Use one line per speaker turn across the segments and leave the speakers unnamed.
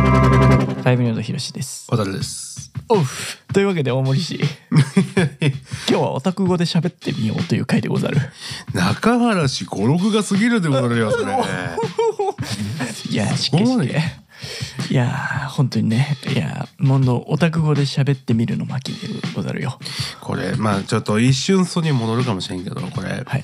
ファイブニュードひろしです。
渡るです。
おうというわけで大森氏今日はオタク語で喋ってみようという回でござる。
中原氏語録が過ぎるでござるよ、それ。
いやーしっけし
ご
っ
い
け。いやー本当にねいやーものオタク語で喋ってみるの巻でござるよ。
これ、まあちょっと一瞬そに戻るかもしれんけど、これ、
はい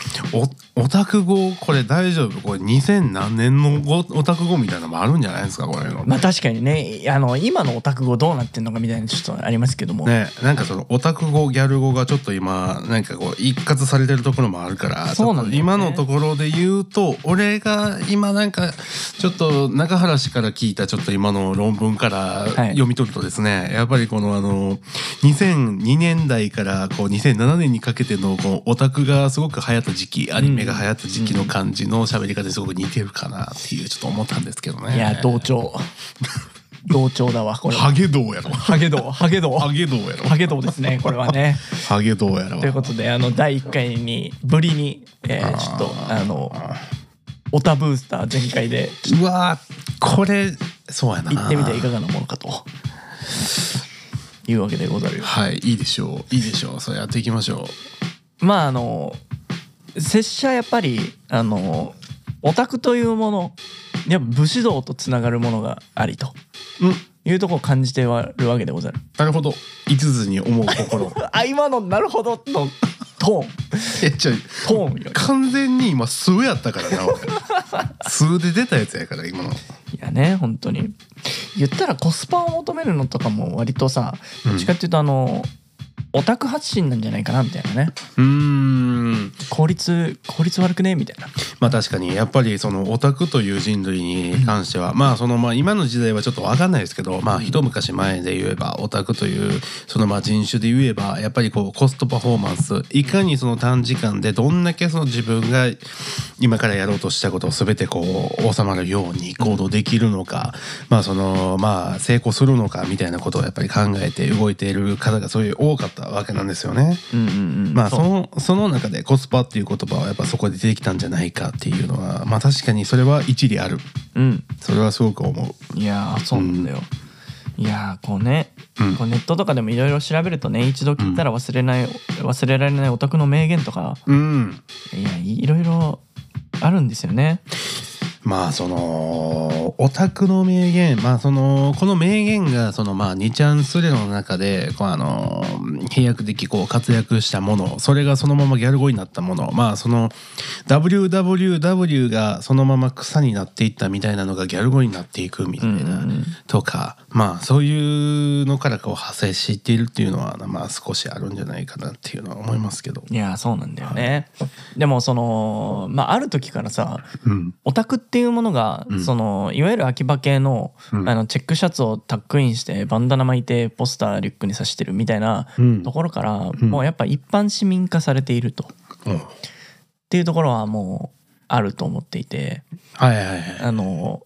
おオタク語、これ大丈夫これ2000何年の語オタク語みたいなのもあるんじゃないですか、これの。
まあ確かにねあの今のオタク語どうなってんのかみたいなちょっとありますけども、
ね、なんかそのオタク語ギャル語がちょっと今なんかこう一括されてるところもあるから
そうなんだよね
ちょっと今のところで言うと俺が今なんかちょっと中原氏から聞いたちょっと今の論文から
い
読み取るとですね、やっぱりこのあの2002年代からこう2007年にかけてのこうオタクがすごく流行った時期アニメが流行った時期の感じの喋り方ですごく似てるかなっていうちょっと思ったんですけどね。
いやー同調同調だわこれは。
ハゲどうやろ
ハゲ道ハゲ道
ハゲどうやろ
ハゲ道ですねこれはね。
ハゲどうやろ
ということであの第1回にぶりに、えーちょっとあのオタブースター全開で
うわーこれそうやな
行ってみていかがなものかというわけでござるよ。
はいいいでしょういいでしょうそれやっていきましょ
まああの拙者やっぱりあのオタクというものやっぱ武士道とつながるものがありと
ううん
いうとこを感じてはるわけでござる。
なるほど一途に思 う心
あ今のなるほどのトーン
えちょ
トーンよ。
完全に今数やったからな俺数で出たやつやから今の
いやね本当に言ったらコスパを求めるのとかも割とさ
うん
どっちかっていうとあの、オタク発信なんじゃないかなみたいなね
うーん
効率効率悪くねみたいな
まあ確かにやっぱりそのオタクという人類に関しては、まあそのまあ今の時代はちょっと分かんないですけどまあ一昔前で言えばオタクというそのまあ人種で言えばやっぱりこうコストパフォーマンスいかにその短時間でどんだけその自分が今からやろうとしたことを全てこう収まるように行動できるのか、まあそのまあ成功するのかみたいなことをやっぱり考えて動いている方がそういう多かったわけなんですよね。
うんうんうん
まあそのその中でコスパっていう言葉はやっぱそこで出てきたんじゃないかっていうのはまあ確かにそれは一理ある
うん
それはすごく思う
いやーそうなんだよ、いやーこうね、
うん
こうネットとかでもいろいろ調べるとね一度聞いたら忘れない、忘れられないオタクの名言とか
うん
いやいろいろあるんですよね
まあそのオタクの名言まあそのこの名言がそのまあ2ちゃんスレの中でこうあの飛躍的こう活躍したものそれがそのままギャル語になったものまあその WWW がそのまま草になっていったみたいなのがギャル語になっていくみたいな、とかまあそういうのからこう派生していっているっていうのはまあ少しあるんじゃないかなっていうのは思いますけど。
いやーそうなんだよね、でもそのまあある時からさ
うん
オタクっていうものが、
うん
そのいわゆる秋葉系の,、
うん
あのチェックシャツをタックインしてバンダナ巻いてポスターリュックに刺してるみたいな
うん
ところから、
うん
もうやっぱ一般市民化されているとっ
うん
ていうところはもうあると思っていて
はいはいはい。
あの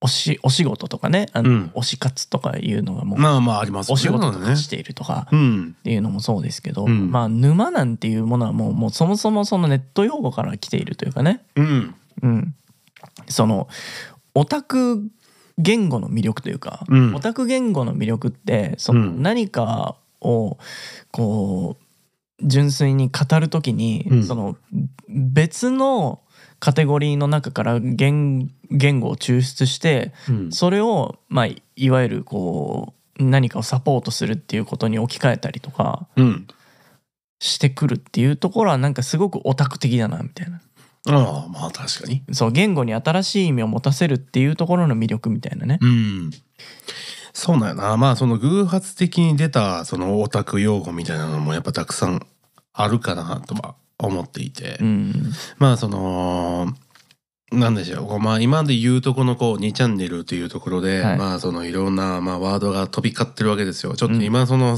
おしお仕事とかねあの、
うん
推し活とかいうのがもう
まあまあありますよ
お仕事
そ
と
うだね
かしているとか。
うん
っていうのもそうですけど、
うん
まあ沼なんていうものはもうもうそもそもそのネット用語から来ているというかね、
うん
うん、そのオタク言語の魅力というか、
うん
オタク言語の魅力ってその
うん
何かをこう純粋に語るときに、
うん
その別のカテゴリーの中から言言語を抽出して
うん
それを、まあ、いわゆるこう何かをサポートするっていうことに置き換えたりとか
うん
してくるっていうところはなんかすごくオタク的だなみたいな。
ああまあ確かに。
そう言語に新しい意味を持たせるっていうところの魅力みたいなね。
うんそうなんやなまあその偶発的に出たそのオタク用語みたいなのもやっぱたくさんあるかなとは思っていて。
うん、
まあそのなんでしょうこうまあ今で言うとこのこう2チャンネルというところで、
はい
まあそのいろんなまあワードが飛び交ってるわけですよちょっと今その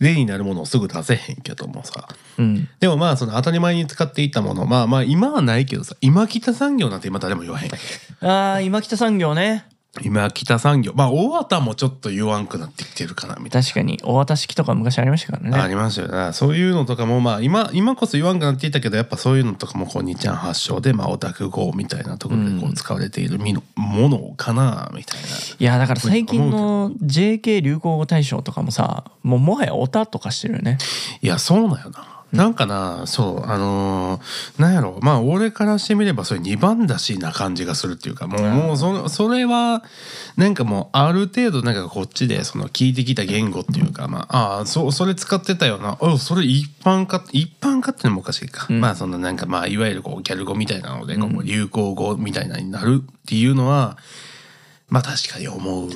例になるものをすぐ出せへんけどもさ
うん、
でもまあその当たり前に使っていたものまあまあ今はないけどさ今北産業なんて今誰も言わへん
ああ今北産業ね。
今北産業まあ大和もちょっと言わんくなってきてるかなみたい
確かにお渡し機とか昔ありましたから
な、あ
ね
りますよねそういうのとかもまあ今今こそ言わんくなっていたけどやっぱそういうのとかもこう兄ちゃん発祥でまあオタク号みたいなところでこう使われているみの、ものかなみたいない
やだから最近の JK 流行語大賞とかもさもうもはやオタとかしてるよね
いやそうなんよな、なんかなそうあのーなんやろまあ俺からしてみればそれ二番だしな感じがするっていうかもう,、もうそのそれはなんかもうある程度なんかこっちでその聞いてきた言語っていうかまああーそうそれ使ってたよなあそれ一般化一般化ってのもおかしいか、
ん
まあそのなんかまあいわゆるこうギャル語みたいなのでこう流行語みたいなになるっていうのはまあ確かに思う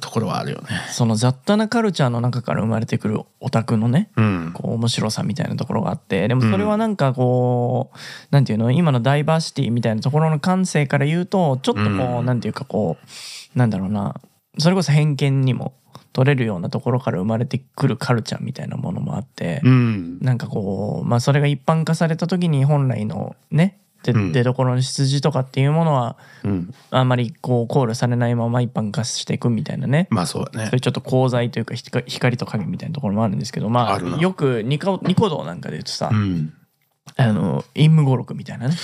ところはあるよね。
その雑多なカルチャーの中から生まれてくるオタクのね
うん、
こう面白さみたいなところがあってでもそれはなんかこう、なんていうの今のダイバーシティみたいなところの感性から言うとちょっとこう、
うん
なんていうかこうなんだろうなそれこそ偏見にも取れるようなところから生まれてくるカルチャーみたいなものもあって、
うん
なんかこう、まあ、それが一般化された時に本来のねで
うん
出どころの出自とかっていうものは
うん、
あんまりこう考慮されないまま一般化していくみたいなね
まあそうだね
そ。れちょっと功罪というか光光と影みたいなところもあるんですけどま
ある
あ
な
よくニコニコ動なんかで言うとさ、
うん
あの陰夢語録みたいなね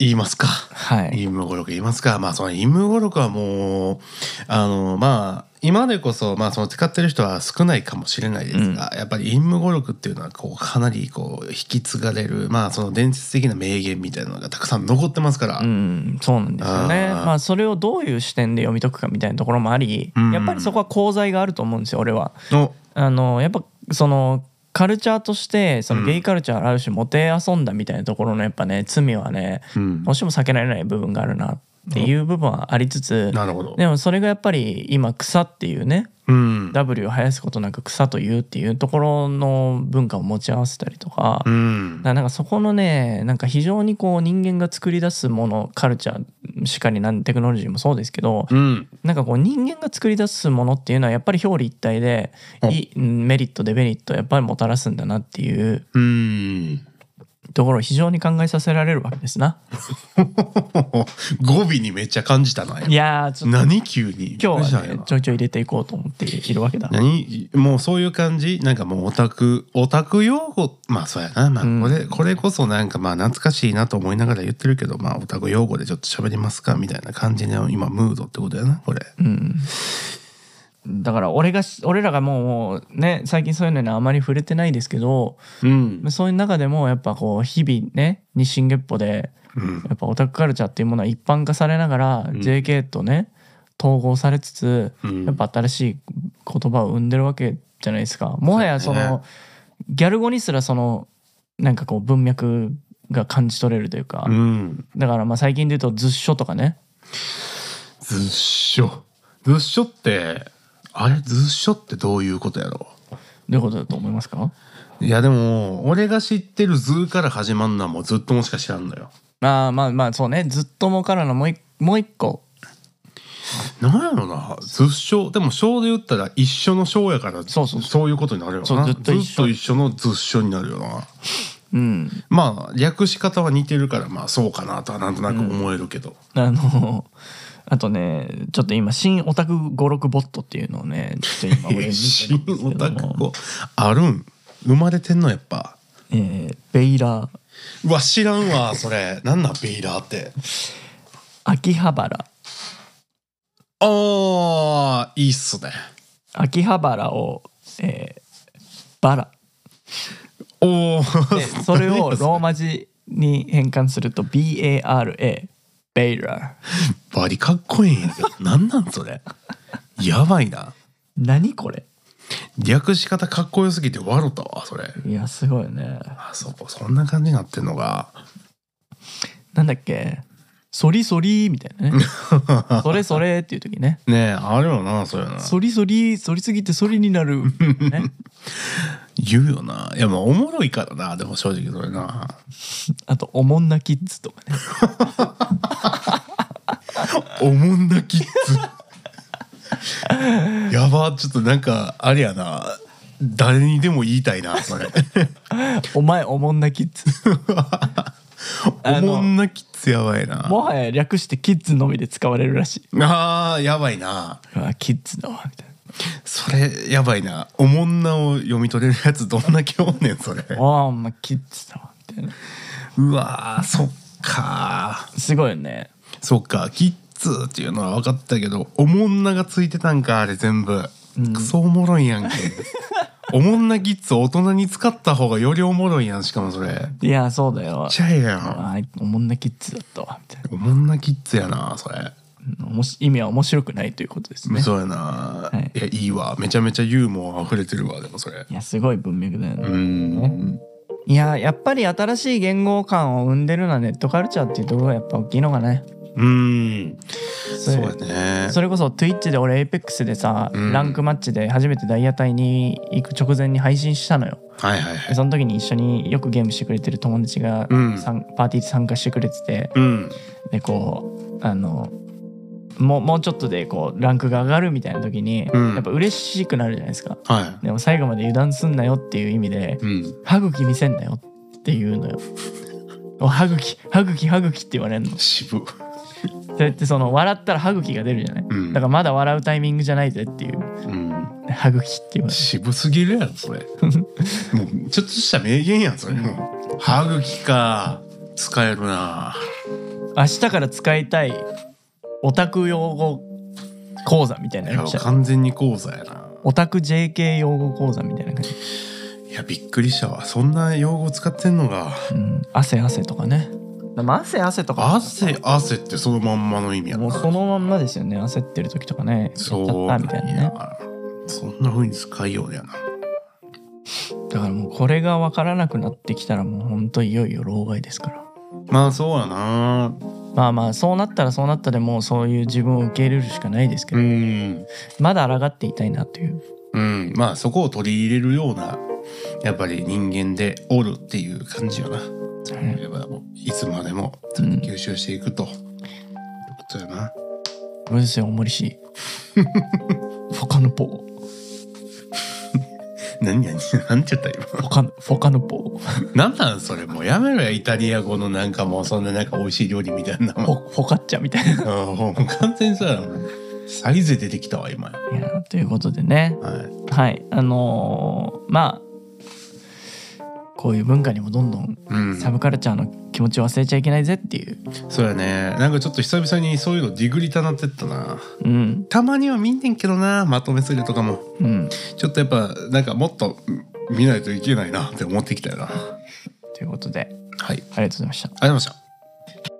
言いますか。
はい
イム語録言いますか。まあそのイム語録はもうあのまあ今でこそまあその使ってる人は少ないかもしれないですが、やっぱりイム語録っていうのはこうかなりこう引き継がれるまあその伝説的な名言みたいなのがたくさん残ってますから。
うんそうなんですよね
あー
まあそれをどういう視点で読み解くかみたいなところもあり、
うん
やっぱりそこは功罪があると思うんですよ俺は。
の
あのやっぱそのカルチャーとしてそのゲイカルチャーある種もてあそんだみたいなところのやっぱね罪はね
うん
どうしても避けられない部分があるなっていう部分はありつつ
なるほど。
でもそれがやっぱり今草っていうね
うん。
W を生やすことなく草というっていうところの文化を持ち合わせたりとかだ
う
か
ん。
らなんかそこのねなんか非常にこう人間が作り出すものカルチャーしかりなんテクノロジーもそうですけど
うん。
なんかこう人間が作り出すものっていうのはやっぱり表裏一体で
うん
いいメリットデメリットをやっぱりもたらすんだなっていう
うん。
ところを非常に考えさせられるわけですな。
語尾にめっちゃ感じたな。
いやーちょっと
何急に。
今日は
びっくりした
ね
よ
ちょいちょい入れていこうと思っているわけだ。
何もうそういう感じなんかもうオタクオタク用語まあそうやな、まあ、
うん
これ、これこそなんかまあ懐かしいなと思いながら言ってるけどまあオタク用語でちょっと喋りますかみたいな感じの今ムードってことやなこれ
うんだから俺がし俺らがもうね最近そういうのにあまり触れてないですけど
うん、
そういう中でもやっぱこう日々ね日進月歩で
うん、
やっぱオタクカルチャーっていうものは一般化されながら JK とね統合されつつ
うん
やっぱ新しい言葉を生んでるわけじゃないですか。もはやそ
そうだね
のギャル語にすらそのなんかこう文脈が感じ取れるというか
うん
だからまあ最近で言うと「図書」とかね
ずっしょずっしょってあれずっしょってどういうことやろ
どういうことだと思いますか
いやでも俺が知ってる「ず」から始まるのはもうずっともしか知らんのよ
あーまあまあそうねずっともからのもういもう一個
なんやろなずっしょでも「しょう」で言ったら一緒の「しょう」やから
そうそう
いうことになるよな
そうずっと一緒
ずっと一緒の「ずっしょ」になるよな
うん
まあ略し方は似てるからまあそうかなとはなんとなく思えるけど、
あのあとねちょっと今新オタク56ボットっていうのをねちょっと今俺
え
見て
新
るん です
オ
けど
タ
も
ク語あるん生まれてんのやっぱ
えーベイラー
うわ知らんわそれなんなんベイラーって
秋葉原
あーいいっすね
秋葉原を、えーバラ
おお
でそれを ローマ字に変換すると BARA ベイラー
バリかっこいいんやけどなんなんそれやばいな
何これ
略し方かっこよすぎて笑ったわそれ
いやすごいね
あそうそんな感じになってんのが
なんだっけソリソリみたいなね それそれっていう時ね
ねえあるよなそういうの
反り反り反りすぎて反りになる、 ね、
言うよないやまあおもろいからなでも正直それな
あと「おもんなキッズ」とかね
おもんなキ ッズやばちょっとなんかあれやな誰にでも言いたいなそれ
「お前おもんなキッズ
お
あ
お
の
もんなキッズやばいな
もはや略してキッズのみで使われるらしい
あーやばいな
うわキッズだわみたい
それやばいなおもんなを読み取れるやつどんだけおんねんそれ
なああまあキッズだわみたいな
うわーそっか
すごいよね
そっかキッズっていうのは分かったけどおもんながついてたんかあれ全部、クソおもろいやんけおもんなキッズ大人に使った方がよりおもろいやんしかもそれ
いやそうだよ
ちゃえやん
あおもんなキッズだったわみたい
おもんなキッズやなそれ
なおもし意味は面白くないということですね
そうや
は
な、
い
い、やいいわめちゃめちゃユーモア溢れてるわでもそれ
いやすごい文脈だよね、
うん
いややっぱり新しい言語感を生んでるのはネットカルチャーっていうところがやっぱ大きいのかね
うん
そ
そう
れ
やね
それこそ Twitch で俺 APEX でさ、
うん
ランクマッチで初めてダイヤ隊に行く直前に配信したのよ
はいはいは
で
い
その時に一緒によくゲームしてくれてる友達が、
うん
さんパーティーに参加してくれてて
うん
でこうあのもうもうちょっとでこうランクが上がるみたいな時に、
うん
やっぱ嬉しくなるじゃないですか
は
でも最後まで油断すんなよっていう意味で
いうん
歯茎見せんなよっていうのよお歯茎歯茎歯茎って言われるの
渋
それってその笑ったら歯茎が出るじゃない、
うん
だからまだ笑うタイミングじゃないぜっていう
うん
歯茎って言われ
渋すぎるやんそれ もうちょっとした名言やんそれもう歯茎か使えるな
明日から使いたいオタク用語講座みたいないや
や
りました
完全に講座やな
オタク JK 用語講座みたいな感じ、
いやびっくりしたわそんな用語使ってんのが
うん、汗汗とかねでも汗汗とか
汗汗ってそのまんまの意味や
もう
な
そのまんまですよね焦ってる時とかね
そう
やっちゃったみたいなね
そんな風に使いようだよな
だからもうこれが分からなくなってきたらもうほんといよいよ老害ですから
まあそうやな
まあまあそうなったらそうなったでもうそういう自分を受け入れるしかないですけ
う
ど、
ん
まだ抗っていたいなという
うんまあそこを取り入れるようなやっぱり人間でおるっていう感じよなそれればもういつまでも
うん
吸収していくと、ってことやな
これですよ、大森 氏。フォカヌポ。
何何なんて言った今
フォカヌ、フォカヌポ。フ
何なんそれもうやめろやイタリア語のなんかもうそんななんか美味しい料理みたいなもん
ォ、フォカッチャみたいな。
うんもう完全にそうやなサイズ出てきたわ今
いやということでね。
はい
はい。あのーまあ、こういう文化にもどんどん
うん
サブカルチャーの気持ちを忘れちゃいけないぜっていう。
そうやねなんかちょっと久々にそういうのディグリたなってったな
うん。
たまには見んねんけどなまとめするとかも
うん。
ちょっとやっぱなんかもっとうん見ないといけないなって思ってきたよなは
ということで、
いありがとう
ありがとうございました。
ございました